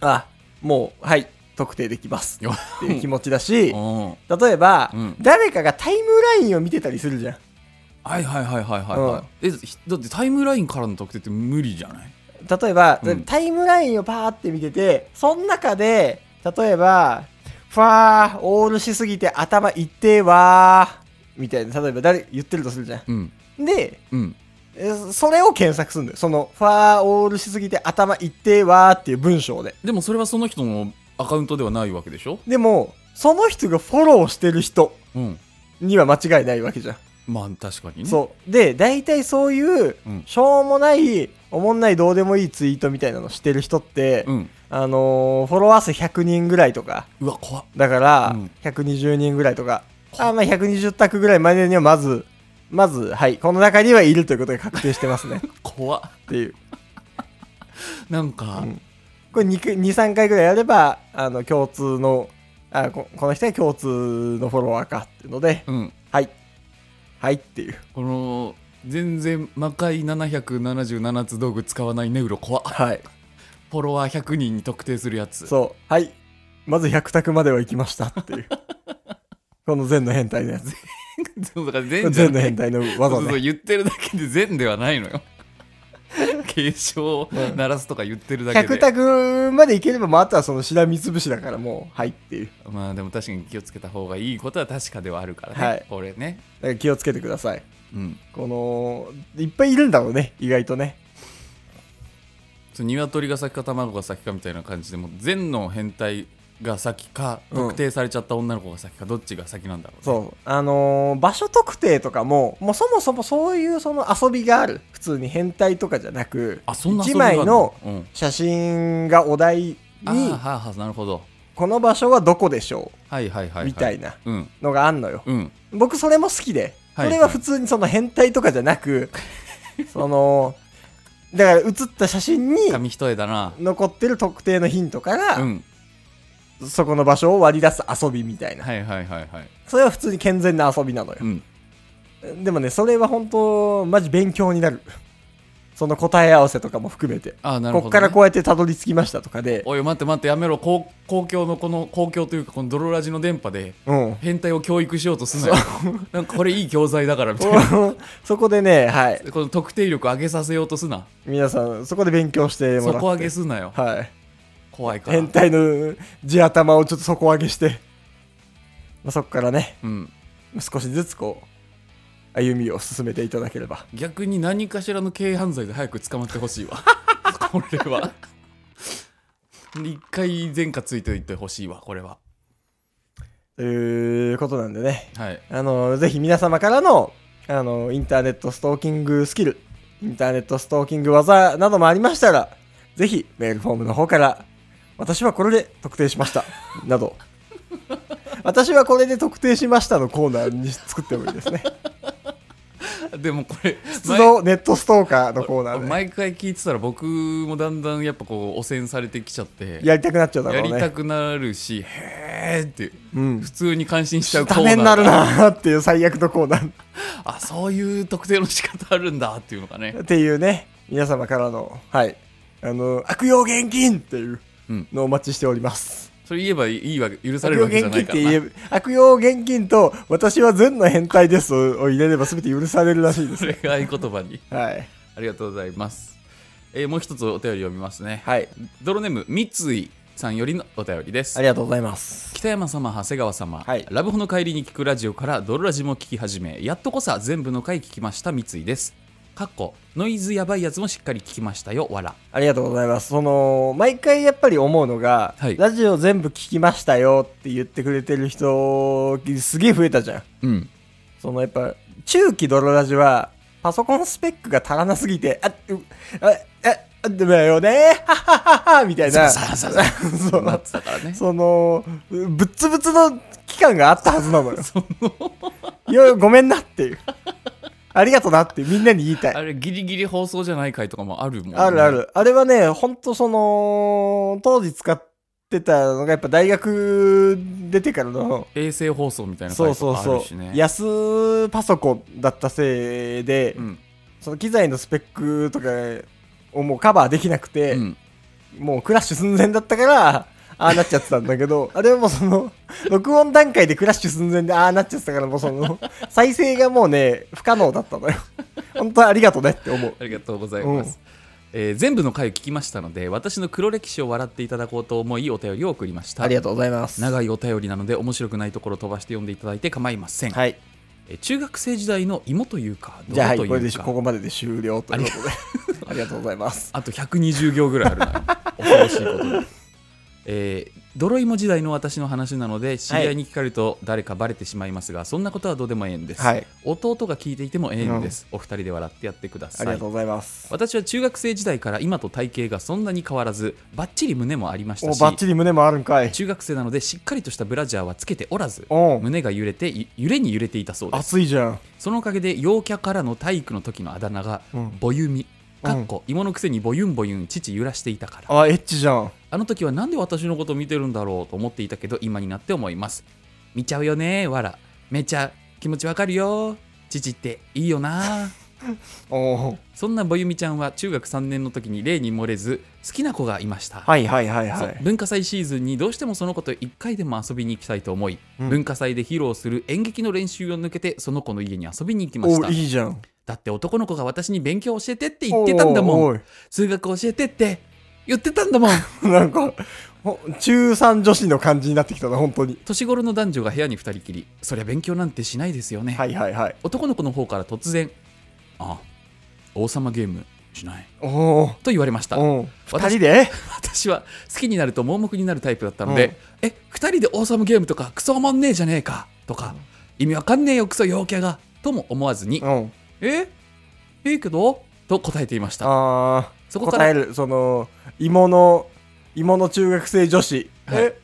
Speaker 2: あ、もう、はい、特定できます。
Speaker 1: よ
Speaker 2: っていう気持ちだし、
Speaker 1: うんは
Speaker 2: 例えば、
Speaker 1: うん
Speaker 2: 誰かがタイムラインを見てたりするじゃん。
Speaker 1: いはいはいはいはいはい、えひだってタイムラインからの特定って無理じゃない
Speaker 2: 例えば、
Speaker 1: うん
Speaker 2: タイムラインをパーって見てて、その中で、例えば、ふわー、オールしすぎて頭いってーわー、みたいな、例えば誰、言ってるとするじゃ
Speaker 1: うん
Speaker 2: ん。で、
Speaker 1: うん
Speaker 2: えそれを検索するんだよ。その、ふわー、オールしすぎて頭いってーわーっていう文章で。
Speaker 1: でもそれはその人のアカウントではないわけでしょ
Speaker 2: でも、その人がフォローしてる人
Speaker 1: うん
Speaker 2: には間違いないわけじゃん。
Speaker 1: まあ確かにね
Speaker 2: そう。で、大体そういう
Speaker 1: う、ん
Speaker 2: しょうもない、おもんないどうでもいいツイートみたいなのしてる人って、
Speaker 1: うん、
Speaker 2: あのーフォロワー数100人ぐらいとか、
Speaker 1: うわ怖っ
Speaker 2: だから、
Speaker 1: うん
Speaker 2: 120人ぐらいとか、あまあ、120択ぐらいまでにはまず、まず、はい、この中にはいるということが確定し てますね。っ
Speaker 1: 怖って
Speaker 2: いう。
Speaker 1: なんか、
Speaker 2: うんこれ2、2 3回ぐらいやれば、あの、共通の、あここの人は共通のフォロワーかっていうので、
Speaker 1: うん、
Speaker 2: はい、はいっていう。
Speaker 1: この全然魔界777つ道具使わないネウロ怖っ
Speaker 2: はい。
Speaker 1: フォロワー100人に特定するやつ
Speaker 2: そう、はい、まず100択までは行きましたっ ていう。この善の変態のやつ。
Speaker 1: そうだから全
Speaker 2: 善の変態の
Speaker 1: そ
Speaker 2: 技
Speaker 1: うそう
Speaker 2: ね。
Speaker 1: 言ってるだけで善ではない のよ警鐘を鳴らすとか言ってるだけで、
Speaker 2: 100択までいければ、まあ、あとはそのしらみつぶしだからもう、はいっていう。
Speaker 1: まあでも確かに気をつけた方がいいことは確かではあるからね、
Speaker 2: はい
Speaker 1: これね
Speaker 2: だから気をつけてください。
Speaker 1: うん
Speaker 2: この、いっぱいいるんだろうね、意外とね。
Speaker 1: そう鶏が先か卵が先かみたいな感じでもう善の変態が先か
Speaker 2: うん
Speaker 1: 特定されちゃった女の子が先かどっちが先なんだろうね、
Speaker 2: そう。あのー場所特定とかも、もうそもそもそういうその遊びがある。普通に変態とかじゃなく、
Speaker 1: あそんな遊
Speaker 2: 一
Speaker 1: びがある
Speaker 2: 枚の
Speaker 1: うん、
Speaker 2: 写真がお題
Speaker 1: あー
Speaker 2: に、
Speaker 1: はあはあなるほど
Speaker 2: この場所はどこでしょ
Speaker 1: はいはいはい、は
Speaker 2: うみたいな
Speaker 1: うん
Speaker 2: のがあんのよ。
Speaker 1: うん
Speaker 2: 僕それも好きで、そ
Speaker 1: はい
Speaker 2: れは普通にその変態とかじゃ なく、その、だから写った写真に
Speaker 1: 紙一重だな
Speaker 2: 残ってる特定のヒントから、
Speaker 1: うん
Speaker 2: そこの場所を割り出す遊びみたいな。
Speaker 1: はいはいはいはい
Speaker 2: それは普通に健全な遊びなのよ
Speaker 1: う。ん
Speaker 2: でもね、それは本当、マジ勉強になる。その答え合わせとかも含めて。
Speaker 1: あーなる
Speaker 2: こ
Speaker 1: ほど、ね、
Speaker 2: っからこうやってたどり着きましたとかで、
Speaker 1: おい待って待ってやめろ公公共のこの公共というかこの泥ラジの電波で
Speaker 2: うん。
Speaker 1: 変態を教育しようとすんなよなんかこれいい教材だからみたい な
Speaker 2: そこでね、はい。
Speaker 1: この特定力上げさせようとすな
Speaker 2: 皆さん、そこで勉強してもらって。
Speaker 1: 底上げすんなよ
Speaker 2: はい。
Speaker 1: 怖いから
Speaker 2: 変態の地頭をちょっと底上げして、まあ、そこからね、
Speaker 1: うん
Speaker 2: 少しずつこう、歩みを進めていただければ。
Speaker 1: 逆に何かしらの軽犯罪で早く捕まってほしいわ これは一回前科ついていってほしいわこれは
Speaker 2: ということなんでね。
Speaker 1: はい
Speaker 2: あの、ぜひ皆様からの、あの、インターネットストーキングスキル、インターネットストーキング技などもありましたら、ぜひメールフォームの方から、私はこれで特定しました、など、私はこれで特定しましたのコーナーに作ってもいいですね。
Speaker 1: でもこれ
Speaker 2: 出動ネットストーカーのコーナーで、
Speaker 1: 毎回聞いてたら僕もだんだんやっぱこう汚染されてきちゃって
Speaker 2: やりたくなっちゃうだ
Speaker 1: や
Speaker 2: ろう
Speaker 1: りた
Speaker 2: ね。
Speaker 1: くなるしへーって
Speaker 2: うん
Speaker 1: 普。通に感心しちゃうコ
Speaker 2: ダ
Speaker 1: ー
Speaker 2: メに
Speaker 1: ナ
Speaker 2: な
Speaker 1: ー
Speaker 2: る
Speaker 1: が
Speaker 2: なーっていう最悪のコーナー。
Speaker 1: あそういう特定の仕方あるんだっていうのがね
Speaker 2: っていうね、皆様からの、はい、あの、悪用現金っていう
Speaker 1: うん
Speaker 2: のをお待ちしております。
Speaker 1: それ言えばいいわけ許さ
Speaker 2: 悪
Speaker 1: れる
Speaker 2: 用
Speaker 1: わけじゃな
Speaker 2: 現金っ
Speaker 1: いか
Speaker 2: て
Speaker 1: らな
Speaker 2: 言えば悪用現金と私は善の変態ですを入れれば全て許されるらしいです
Speaker 1: それが合言葉に
Speaker 2: はい
Speaker 1: ありがとうございます。えーもう一つお便り読みますね。
Speaker 2: はい。
Speaker 1: 泥ネーム、三井さんよりのお便りです
Speaker 2: あ。りがとうございます。
Speaker 1: 北山様、長谷川様、
Speaker 2: はい
Speaker 1: ラブホの帰りに聞くラジオからドロラジも聞き始め、やっとこさ全部の回聞きました、三井です。かっこ、ノイズやばいやつもしっかり聞きましたよ、わら。
Speaker 2: ありがとうございます。その、毎回やっぱり思うのが、
Speaker 1: はい
Speaker 2: ラジオ全部聞きましたよって言ってくれてる人、すげえ増えたじゃん。
Speaker 1: うん。
Speaker 2: そのやっぱ、中期ドロラジは、パソコンスペックが足らなすぎて、あ、う、あ、あ、あだよね、はははは、みたいな。
Speaker 1: さあさあさあ
Speaker 2: そう
Speaker 1: なってたから ね。
Speaker 2: その、ぶっつぶつの期間があったはずな のよ。いや、ごめんなっていう。ありがとなってみんなに言いたい。
Speaker 1: あれ、ギリギリ放送じゃない回とかもあるもん、ね。
Speaker 2: あるあ。る。あれはね、ほんとその、当時使ってたのがやっぱ大学出てからの、
Speaker 1: 衛星放送みたいな
Speaker 2: そ
Speaker 1: 回
Speaker 2: う
Speaker 1: と
Speaker 2: そう
Speaker 1: かある
Speaker 2: そ
Speaker 1: しね。
Speaker 2: う、安パソコンだったせいで、
Speaker 1: うん。
Speaker 2: その機材のスペックとかをもうカバーできなくて、
Speaker 1: うん。
Speaker 2: もうクラッシュ寸前だったから、ああなっちゃってたんだけど、 あれはもうその、録音段階でクラッシュ寸前でああなっちゃってたから、もうそ の、再生がもうね、不可能だったのよ。 本当はありがとねって思う。
Speaker 1: ありがとうございます。えー全部の回を聞きましたので、私の黒歴史を笑っていただこうと思い、お便りを送りました。
Speaker 2: ありがとうございます。
Speaker 1: 長いお便りなので、面白くないところを飛ばして読んでいただいて構いません。
Speaker 2: はい。
Speaker 1: えー中学生時代の芋というか、
Speaker 2: じゃあ、は
Speaker 1: 泥
Speaker 2: い、
Speaker 1: と
Speaker 2: これ
Speaker 1: い
Speaker 2: で
Speaker 1: う
Speaker 2: し
Speaker 1: か、
Speaker 2: ここまでで終了ということで。ありがとうございます。
Speaker 1: あと120行ぐらいあるな。恐ろしいこと に。えー、泥芋時代の私の話なので知り合いに聞かれると誰かバレてしまいますが、そんなことはどうでもええんです、
Speaker 2: はい。
Speaker 1: 弟が聞いていてもええんです、お二人で笑ってやってくだ
Speaker 2: あ
Speaker 1: さ
Speaker 2: りが
Speaker 1: い
Speaker 2: とうございます。
Speaker 1: 私は中学生時代から今と体型がそんなに変わらずバッチリ胸もありました
Speaker 2: お、バッ
Speaker 1: し
Speaker 2: チリ胸もあるんかい。
Speaker 1: 中学生なのでしっかりとしたブラジャーはつけておらず
Speaker 2: おん。
Speaker 1: 胸が揺れてゆ揺れに揺れていたそうです
Speaker 2: 熱いじゃん。
Speaker 1: そのおかげで陽キャからの体育の時のあだ名が
Speaker 2: うん
Speaker 1: ボユミ
Speaker 2: うん
Speaker 1: かっこ芋のくせにボユンボユン父揺らしていたから
Speaker 2: あ、エッチじゃん。
Speaker 1: あの時はなんで私のこと見てるんだろうと思っていたけど今になって思います見ちゃうよねわらめちゃ気持ちわかるよ父っていいよな
Speaker 2: おー
Speaker 1: そんなぼゆみちゃんは中学3年の時に例に漏れず好きな子がいました、
Speaker 2: はいはいはい
Speaker 1: そ
Speaker 2: は
Speaker 1: う
Speaker 2: い。
Speaker 1: 文化祭シーズンにどうしてもその子と1回でも遊びに行きたいと思い、
Speaker 2: うん
Speaker 1: 文化祭で披露する演劇の練習を抜けてその子の家に遊びに行きまし
Speaker 2: お
Speaker 1: た
Speaker 2: いいじゃん。
Speaker 1: だって男の子が私に勉強教えてって言ってたんだもん
Speaker 2: おー
Speaker 1: 数学教えてって言ってたんだもん
Speaker 2: おい なんか、ほ中3女子の感じになってきたな、本当に。
Speaker 1: 年頃の男女が部屋に2人きりそりゃ勉強なんてしないですよね、
Speaker 2: はいはいはい。
Speaker 1: 男の子の方から突然「あ王様ゲームしない
Speaker 2: おお」。
Speaker 1: と言われました
Speaker 2: うん。
Speaker 1: 私
Speaker 2: 二人で
Speaker 1: 私は好きになると盲目になるタイプだったので、え二人で王様ゲームとかクソおもんねえじゃねえかとか意味わかんねえよクソ陽キャがとも思わずに、
Speaker 2: うん。
Speaker 1: えいいけどと答えていました
Speaker 2: ああ、
Speaker 1: そこから
Speaker 2: 答える。その、芋の、芋の中学生女子。
Speaker 1: はい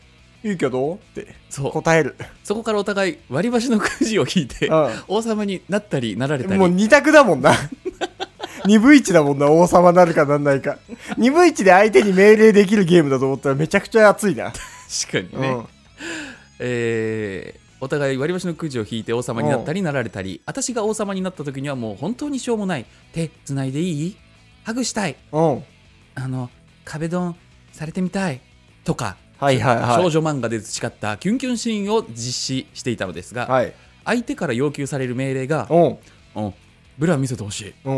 Speaker 2: え、いいけどって
Speaker 1: そう
Speaker 2: 答える。
Speaker 1: そこからお互い割り箸のくじを引いて
Speaker 2: う
Speaker 1: 王様になったりなられた
Speaker 2: ん。もう
Speaker 1: り
Speaker 2: 二択だもんな。 二分一だもんな、王様なるかなんないか。二分一で相手に命令できるゲームだと思ったらめちゃくちゃ熱いな。
Speaker 1: 確かにね、えーお互い割り箸のくじを引いて王様になったりなられたり私が王様になった時にはもう本当にしょうもない手つないでいいハグしたい
Speaker 2: うん。うん。
Speaker 1: あの壁ドンされてみたいとか
Speaker 2: はいはいは
Speaker 1: 少
Speaker 2: い。
Speaker 1: 女漫画で培ったキュンキュンシーンを実施していたのですが、
Speaker 2: はい。
Speaker 1: 相手から要求される命令が
Speaker 2: うん。
Speaker 1: 「うんブラ見せてほしい
Speaker 2: う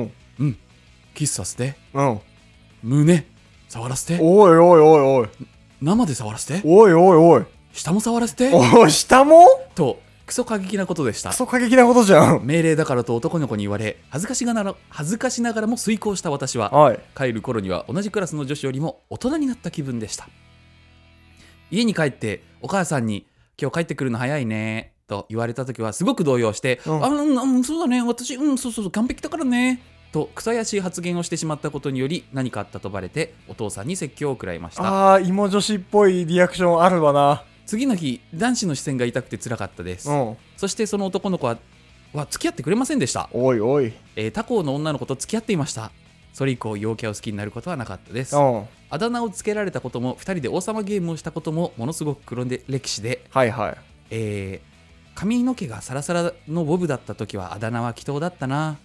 Speaker 2: ん。」
Speaker 1: 「キスさせて
Speaker 2: うん。」
Speaker 1: 「胸触らせて」
Speaker 2: おいおいおいおい。
Speaker 1: 「生で触らせて」
Speaker 2: おいおいおい。
Speaker 1: 「下も触らせて
Speaker 2: おい、下も」
Speaker 1: とクソ過激なことでした
Speaker 2: クソ過激なことじゃん。
Speaker 1: 命令だからと男の子に言われ恥ずかしがなら恥ずかしながらも遂行した私は
Speaker 2: はい。
Speaker 1: 帰る頃には同じクラスの女子よりも大人になった気分でした家に帰ってお母さんに「今日帰ってくるの早いね」と言われた時はすごく動揺して「
Speaker 2: うん
Speaker 1: あうんうんそうだね私うんそうそうそう完璧だからね」と草やしい発言をしてしまったことにより何かあったとバレてお父さんに説教を食らいました
Speaker 2: ああ、芋女子っぽいリアクションあるわな。
Speaker 1: 次の日男子の視線が痛くて辛かったです、
Speaker 2: うん。
Speaker 1: そしてその男の子はは付き合ってくれませんでした
Speaker 2: おいおい。
Speaker 1: えー他校の女の子と付き合っていましたそれ以降陽キャを好きになることはなかったです
Speaker 2: うん。は
Speaker 1: あだ名をつけられたことも2人で王様ゲームをしたこともものすごく黒歴史で、
Speaker 2: いはい。
Speaker 1: えー髪の毛がサラサラのボブだった時はあだ名は祈祷だったな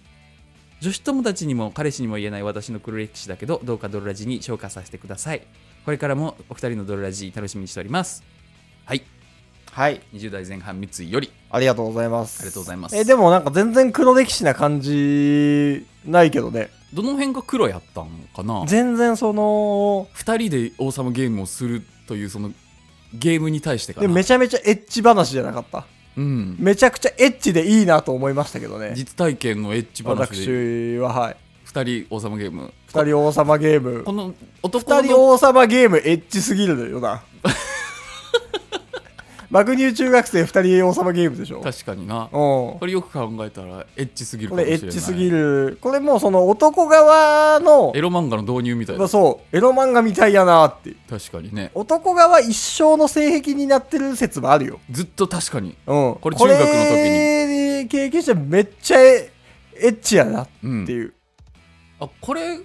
Speaker 1: 女子友達にも彼氏にも言えない私の黒歴史だけどどうかドロラジに昇華させてくださいこれからもお二人のドロラジ楽しみにしておりますはい
Speaker 2: はい。
Speaker 1: 20代前半三井より
Speaker 2: ありがとうございます。
Speaker 1: ありがとうございます
Speaker 2: え、でもなんか全然黒歴史な感じないけどね。
Speaker 1: どの辺が黒やったんかな
Speaker 2: 全然その、
Speaker 1: 2人で王様ゲームをするというそのゲームに対してか
Speaker 2: で
Speaker 1: な
Speaker 2: もめちゃめちゃエッチ話じゃなかった。
Speaker 1: うん、
Speaker 2: めちゃくちゃエッチでいいなと思いましたけどね。
Speaker 1: 実体験のエッジ話で
Speaker 2: 私ははい。
Speaker 1: 2人王様ゲーム
Speaker 2: 二人王様ゲーム
Speaker 1: こ。の男
Speaker 2: 二人
Speaker 1: の
Speaker 2: 王様ゲームエッチすぎる よな。爆乳中学生二人王様ゲームでしょ。
Speaker 1: 確かにな
Speaker 2: うん。
Speaker 1: これよく考えたらエッチすぎるか
Speaker 2: こ
Speaker 1: もし
Speaker 2: れ
Speaker 1: れ
Speaker 2: エ
Speaker 1: ない
Speaker 2: ッチすぎるこれもうその男側の
Speaker 1: エロ漫画の導入みたい
Speaker 2: ま
Speaker 1: な
Speaker 2: あそうエロ漫画みたいやなって
Speaker 1: 確かにね
Speaker 2: 男側一生の性癖になってる説もあるよ、
Speaker 1: ずっと確かに
Speaker 2: うん、
Speaker 1: これ中学の時に
Speaker 2: これ経験者めっちゃエエッチやなっ
Speaker 1: うん
Speaker 2: ていう、
Speaker 1: あこれが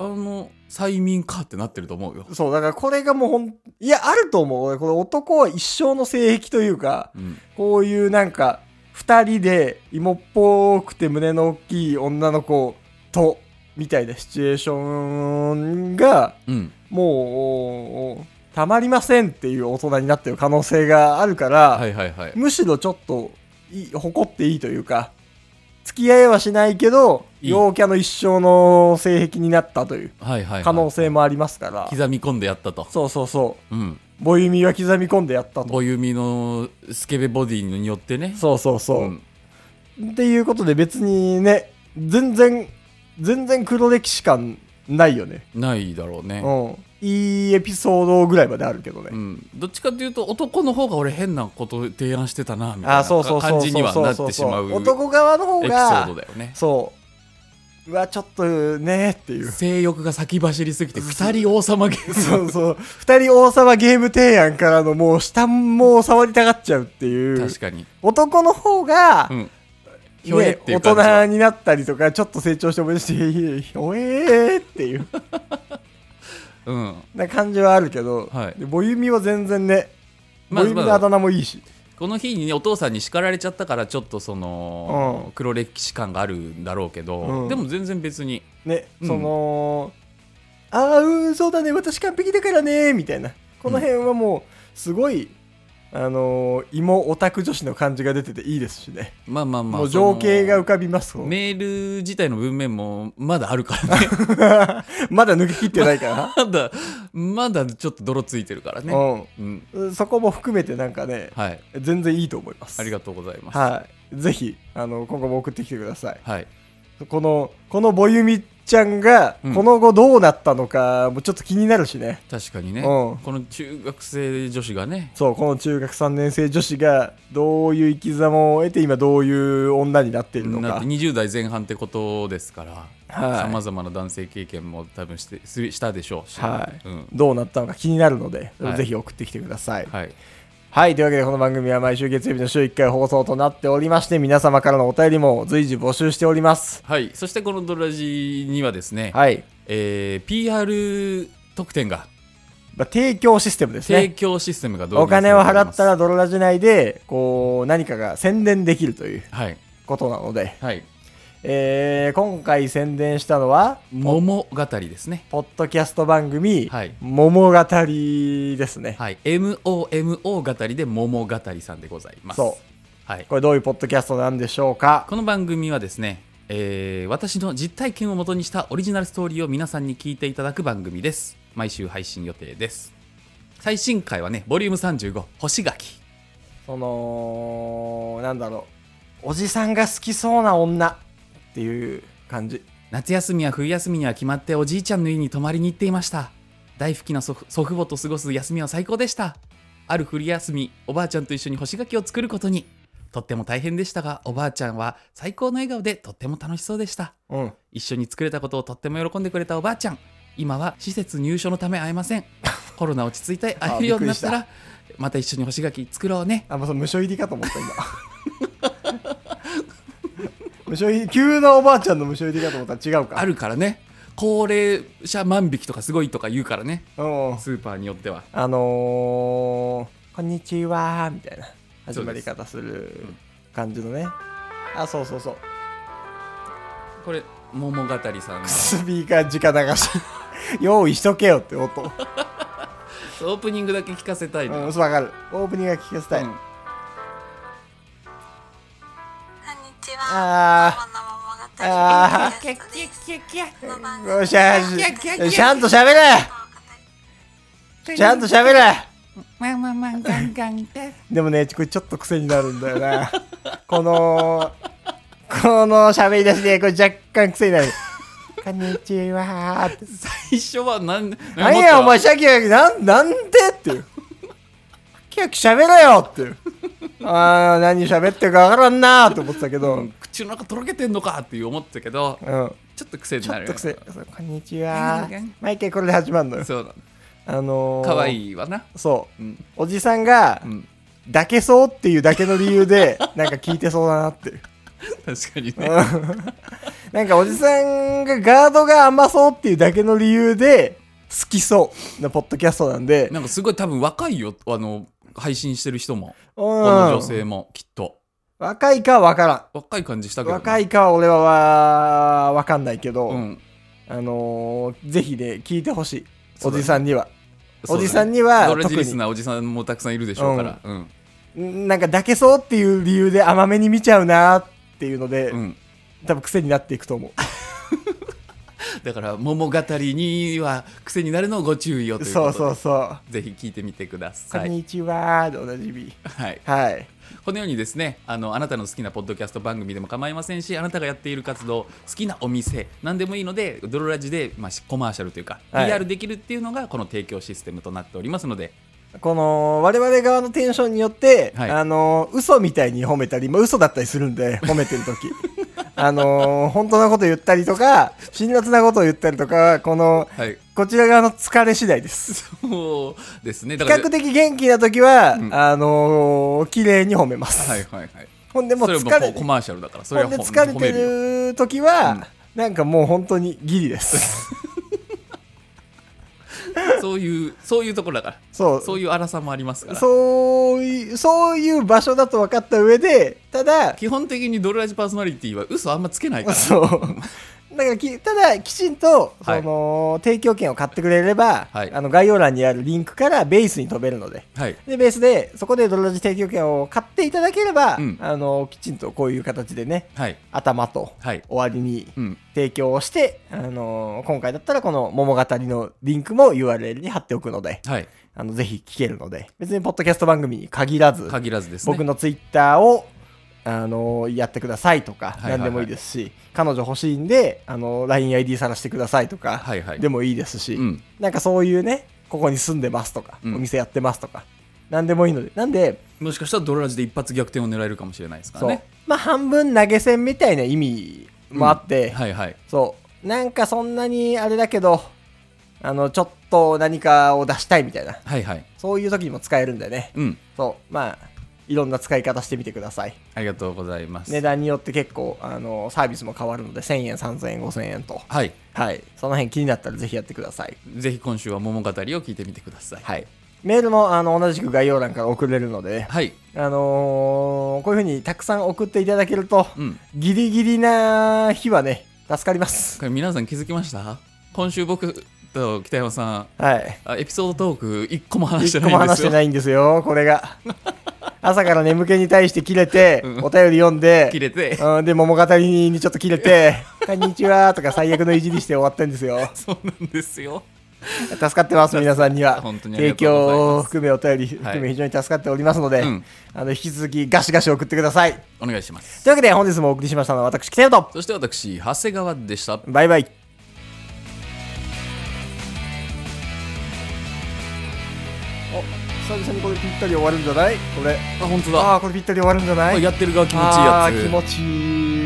Speaker 1: あの催眠かってなってると思うよ、
Speaker 2: そうだからこれがもうほんいやあると思う俺これ男は一生の性癖というか
Speaker 1: うん、
Speaker 2: こういうなんか二人で芋っぽくて胸の大きい女の子とみたいなシチュエーションが
Speaker 1: うん、
Speaker 2: もう、たまりませんっていう大人になってる可能性があるから、
Speaker 1: はいはいはい
Speaker 2: むしろちょっといい、誇っていいというか、付き合いはしないけど、
Speaker 1: いい
Speaker 2: 陽キャの一生の性癖になったという
Speaker 1: はいはいはい
Speaker 2: 可能性もありますから、
Speaker 1: 刻み込んでやったと、
Speaker 2: そうそうそう
Speaker 1: ん、
Speaker 2: う、ボユミは刻み込んでやったと。
Speaker 1: ボユミのスケベボディによってね
Speaker 2: そうそうそうう、
Speaker 1: ん、
Speaker 2: っていうことで別にね、全然、全然黒歴史感ないよね。
Speaker 1: ないだろうね、
Speaker 2: うん。いいエピソードぐらいまであるけどね
Speaker 1: う。ん、どっちかっていうと男の方が俺変なこと提案してたなみたい
Speaker 2: あ
Speaker 1: な
Speaker 2: そうそうそうそ
Speaker 1: 感
Speaker 2: う
Speaker 1: じにはなってしまうエピソ
Speaker 2: 男側の方
Speaker 1: ード
Speaker 2: が
Speaker 1: だよね
Speaker 2: そううわちょっとねっていう
Speaker 1: 性欲が先走りすぎて二人王様ゲー
Speaker 2: そうそう二人王様ゲーム提案からのもう下も触りたがっちゃうってい
Speaker 1: ム
Speaker 2: う
Speaker 1: 確かに、
Speaker 2: 男の方が、
Speaker 1: うん、
Speaker 2: ね
Speaker 1: ひょえっていう感
Speaker 2: 大
Speaker 1: じは
Speaker 2: 人になったりとかちょっと成長して思い出してひょえーっていう
Speaker 1: うん、
Speaker 2: な感じはあるけど、
Speaker 1: はい
Speaker 2: でボユミは全然ねボ
Speaker 1: まあ
Speaker 2: ユミのあだ名もいいし、
Speaker 1: この日にお父さんに叱られちゃったからちょっとその、
Speaker 2: うん
Speaker 1: 黒歴史感があるんだろうけど、
Speaker 2: うん
Speaker 1: でも全然別に
Speaker 2: ね、
Speaker 1: うん
Speaker 2: その、ああ、うん、そうだね、私完璧だからね、みたいな。この辺はもう、すごい、あのー、芋オタク女子の感じが出てていいですしね。
Speaker 1: まあまあまあ
Speaker 2: もう情景が浮
Speaker 1: っ
Speaker 2: かびます。こう
Speaker 1: メール自体の文面もまだあるからね
Speaker 2: まだ抜け切ってないか
Speaker 1: まだまだちょっと泥ついてるから
Speaker 2: ら。
Speaker 1: ね、うん、
Speaker 2: うん。そこも含めてなんかね、
Speaker 1: はい
Speaker 2: 全然いいと思います。
Speaker 1: ありがとうございます
Speaker 2: はい。ぜひ、あの、今後も送ってきてください。
Speaker 1: はい
Speaker 2: この、このボユミちゃんが、
Speaker 1: うん
Speaker 2: この後どうなったのか、もちょっと気になるしね。
Speaker 1: 確かにね、
Speaker 2: うん
Speaker 1: この中学生女子がね
Speaker 2: そうこの中学3年生女子がどういう生き様を得て今どういう女になっているの
Speaker 1: なん
Speaker 2: か
Speaker 1: て20代前半ってことですからさま
Speaker 2: は
Speaker 1: ざまな男性経験も多分してするしたでしょうし、
Speaker 2: はい
Speaker 1: うん
Speaker 2: い、どうなったのか気になるので、
Speaker 1: はい
Speaker 2: ぜひ送ってきてください、はい
Speaker 1: はい、
Speaker 2: というわけでこの番組は毎週月曜日の週1回放送となっておりまして皆様からのお便りも随時募集しております
Speaker 1: はい、そしてこの「ドラジ」にはですね、
Speaker 2: はい、
Speaker 1: えー PR 特典が
Speaker 2: まあ、提供システムです
Speaker 1: 提
Speaker 2: ね
Speaker 1: 供システムが導入
Speaker 2: お金を払った
Speaker 1: ら
Speaker 2: らドロラジ内でこう何かが宣伝できるという
Speaker 1: はい
Speaker 2: ことなので、
Speaker 1: はい
Speaker 2: えー今回宣伝したのは
Speaker 1: 桃語りですね
Speaker 2: ポッドキャスト番組
Speaker 1: はい
Speaker 2: 「桃語り」ですね、
Speaker 1: はい MOMO 語りで桃語りさんでございます、
Speaker 2: そう
Speaker 1: はい、
Speaker 2: これどういうポッドキャストなんでしょうか
Speaker 1: この番組はですね、えー私の実体験をもとにしたオリジナルストーリーを皆さんに聞いていただく番組です毎週配信予定です最新回はねボリューム35星垣
Speaker 2: そのなんだろうおじさんが好きそうな女っていう感じ
Speaker 1: 夏休みや冬休みには決まっておじいちゃんの家に泊まりに行っていました大好きな祖父祖父母と過ごす休みは最高でしたある冬休みおばあちゃんと一緒に干し柿を作ることにとっても大変でしたがおばあちゃんは最高の笑顔でとっても楽しそうでした
Speaker 2: うん
Speaker 1: 一緒に作れたことをとっても喜んでくれたおばあちゃん今は施設入所のため会えませんコロナ落ち着いて会えるようになった
Speaker 2: あ
Speaker 1: らまた一緒に干し柿作ろうね
Speaker 2: あまあその無償入りかと思った今 無償入り急なおばあちゃんの無償入りかと思ったら違うか
Speaker 1: あるからね高齢者万引きとかすごいとか言うからね
Speaker 2: うん
Speaker 1: スーパーによっては
Speaker 2: あのー、こんにちはみたいな始まり方する感じのねあそうそうそう
Speaker 1: これ桃語りさんの
Speaker 2: スピーカー直流し用意しとけよって音
Speaker 1: オープニングだけ聞かせたいの
Speaker 2: う
Speaker 1: よ
Speaker 2: ん、そうわかる。オープニングが聞かせたい。
Speaker 1: うん
Speaker 3: こんにちは。
Speaker 2: あ
Speaker 3: ママママ
Speaker 2: ー、
Speaker 3: が
Speaker 2: あ
Speaker 3: 大好きです。この番
Speaker 2: ー、
Speaker 3: 組
Speaker 2: よっしゃし、ちゃんと喋れちゃんと喋れでもね、これちょっと癖になるんだよな。この、この喋り出しで、これ若干癖になる。こんにちはーって。
Speaker 1: 最初はなん
Speaker 2: 何やお前シャキシャキなんなんでっていうシャキシャキ喋れよっていうああ何喋ってるか分からんなーって思ってたけど、うん
Speaker 1: 口の中とろけてんのかって思ってたけどちょっと癖に
Speaker 2: ちょ
Speaker 1: な
Speaker 2: っ
Speaker 1: る
Speaker 2: と
Speaker 1: よ
Speaker 2: 癖そうこんにちは
Speaker 1: うん
Speaker 2: 毎回これで始まるのよ
Speaker 1: そうなの
Speaker 2: あのー、
Speaker 1: 可
Speaker 2: い
Speaker 1: 愛いわな
Speaker 2: そううんおじさんが
Speaker 1: うん
Speaker 2: 抱けそうっていうだけの理 由でなんか聞いてそうだなっていう
Speaker 1: 確かに
Speaker 2: う
Speaker 1: ね
Speaker 2: んなんかおじさんがガードが甘そうっていうだけの理由で好きそうなポッドキャストなんで
Speaker 1: なんかすごい多分若いよあの配信してる人も
Speaker 2: こ
Speaker 1: この女性もきっと
Speaker 2: 若いかは分からん
Speaker 1: 若い感じしたけどね
Speaker 2: 若いかは俺はわわかんないけど、
Speaker 1: うん
Speaker 2: あのーぜひね聞いてほしい
Speaker 1: そ
Speaker 2: お
Speaker 1: うだね
Speaker 2: じさんには、
Speaker 1: そう
Speaker 2: お
Speaker 1: だね
Speaker 2: じさんには
Speaker 1: ドレ
Speaker 2: 特
Speaker 1: ジリス
Speaker 2: に
Speaker 1: なおじさんもたくさんいるでしょうからうん
Speaker 2: んなんか抱けそうっていう理由で甘めに見ちゃうなっていうので、
Speaker 1: うん
Speaker 2: 多分癖になっていくと思
Speaker 1: だから桃語りには癖になるのをご注意を
Speaker 2: う
Speaker 1: という
Speaker 2: そ
Speaker 1: こ
Speaker 2: うそ
Speaker 1: と
Speaker 2: うそう
Speaker 1: でぜひ聞いてみてくだ
Speaker 2: 「こ
Speaker 1: さ
Speaker 2: ん
Speaker 1: い
Speaker 2: にちは」でおなじみ
Speaker 1: はい
Speaker 2: はい
Speaker 1: このようにですねあのあなたの好きなポッドキャスト番組でも構いませんしあなたがやっている活動好きなお店何でもいいのでドロラジで、まあ、しコマーシャルというか、
Speaker 2: はい
Speaker 1: PR できるっていうのがこの提供システムとなっておりますので
Speaker 2: この我々側のテンションによって、
Speaker 1: はい
Speaker 2: あのー嘘みたいに褒めたり、まあ、嘘だったりするんで褒めてる 時あのー本当のこと言ったりとか辛辣なことを言ったりとかこの
Speaker 1: はい
Speaker 2: こちら側の疲れ次第です。
Speaker 1: そうですねだ
Speaker 2: 比較的元気な時は、
Speaker 1: うん
Speaker 2: あのー綺麗に褒めます。
Speaker 1: はいはいはい
Speaker 2: ほんでもう
Speaker 1: それ
Speaker 2: 疲
Speaker 1: も
Speaker 2: れ
Speaker 1: コマーシャルだからそれは
Speaker 2: ほんで
Speaker 1: ほん
Speaker 2: 疲れ
Speaker 1: 褒めるよ
Speaker 2: てる時は、なんかもう本当にギ リです。
Speaker 1: そういうそういうところだから
Speaker 2: そう。
Speaker 1: そういう荒さもありますから
Speaker 2: そういう、そういう場所だと分かった上で、ただ、
Speaker 1: 基本的にドロラジパーソナリティは嘘あんまつけないから
Speaker 2: そう。だからき、ただ、きちんと、
Speaker 1: はい
Speaker 2: その、提供権を買ってくれれば、
Speaker 1: はい
Speaker 2: あの、概要欄にあるリンクからベースに飛べるので、
Speaker 1: はい
Speaker 2: でベースでそこでドロラジ提供権を買っていただければ、
Speaker 1: うん
Speaker 2: あのきちんとこういう形でね
Speaker 1: はい
Speaker 2: 頭と
Speaker 1: はい
Speaker 2: 終わりに
Speaker 1: うん
Speaker 2: 提供をして、あの今回だったらこの桃語りのリンクも URL に貼っておくので
Speaker 1: はい
Speaker 2: あのぜひ聞けるので別にポッドキャスト番組に限らず、
Speaker 1: 限らずですね
Speaker 2: 僕のツイッターをあのやってくださいとか、
Speaker 1: いはいはい
Speaker 2: 何でもいいですし彼女欲しいんであの LINEID 探してくださいとか、
Speaker 1: はいはい
Speaker 2: でもいいですし、
Speaker 1: うん
Speaker 2: なんかそういうね、ここに住んでますとか、
Speaker 1: うん
Speaker 2: お店やってますとか、なんでもいいので、なんで、
Speaker 1: もしかしたらドロラジで一発逆転を狙えるかもしれないですから
Speaker 2: そう、
Speaker 1: ね。
Speaker 2: まあ半分投げ銭みたいな意味もあって、
Speaker 1: はいはい。
Speaker 2: そう、なんかそんなにあれだけど、あの、ちょっと何かを出したいみたいな、
Speaker 1: はいはい。
Speaker 2: そういう時にも使えるんでね、
Speaker 1: うん。
Speaker 2: そう、まあ、いろんな使い方してみてください。
Speaker 1: ありがとうございます。
Speaker 2: 値段によって結構、あの、サービスも変わるので、1000円、3000円、5000円と。
Speaker 1: はい。
Speaker 2: はい。その辺気になったらぜひやってください。
Speaker 1: ぜひ今週は桃語りを聞いてみてください。
Speaker 2: はい。メールも、あの、同じく概要欄から送れるので、
Speaker 1: はい。
Speaker 2: あのーこういうふうにたくさん送っていただけると、
Speaker 1: うん。
Speaker 2: ギリギリな日はね、助かりま す。
Speaker 1: これ皆さん気づきました今週僕と北山さん、
Speaker 2: はい。
Speaker 1: あエピソードトーク一個も話して
Speaker 2: 一
Speaker 1: な
Speaker 2: 個
Speaker 1: い
Speaker 2: も
Speaker 1: んです
Speaker 2: 話して
Speaker 1: よ。
Speaker 2: ないんですよ、こ れが。朝から眠気に対して切れて、お便り読んで、
Speaker 1: 切れて、
Speaker 2: うん、で、桃語りにちょっと切れて、 こんにちはとか最悪のいじりして終わってんですよ。
Speaker 1: そうなんですよ。
Speaker 2: 助かってます、皆さんには。
Speaker 1: 本当にあり
Speaker 2: 提
Speaker 1: がとうございます
Speaker 2: 供を含めお便り含
Speaker 1: は
Speaker 2: め
Speaker 1: い
Speaker 2: 非常に助かっておりますので、
Speaker 1: うん
Speaker 2: あの引き続きガシガシ送ってください。
Speaker 1: お願いします。
Speaker 2: というわけで本日もお送りしましたのは私、北山と、
Speaker 1: そして私、長谷川でした。
Speaker 2: バイバイ。お、久々にこれぴったり終わるんじゃないこれ。
Speaker 1: あ、本当
Speaker 2: あ
Speaker 1: だ。
Speaker 2: あ、これぴったり終わるんじゃない
Speaker 1: やってる側気持ちいい
Speaker 2: あ
Speaker 1: や
Speaker 2: ー
Speaker 1: つ。
Speaker 2: 気持ちいい。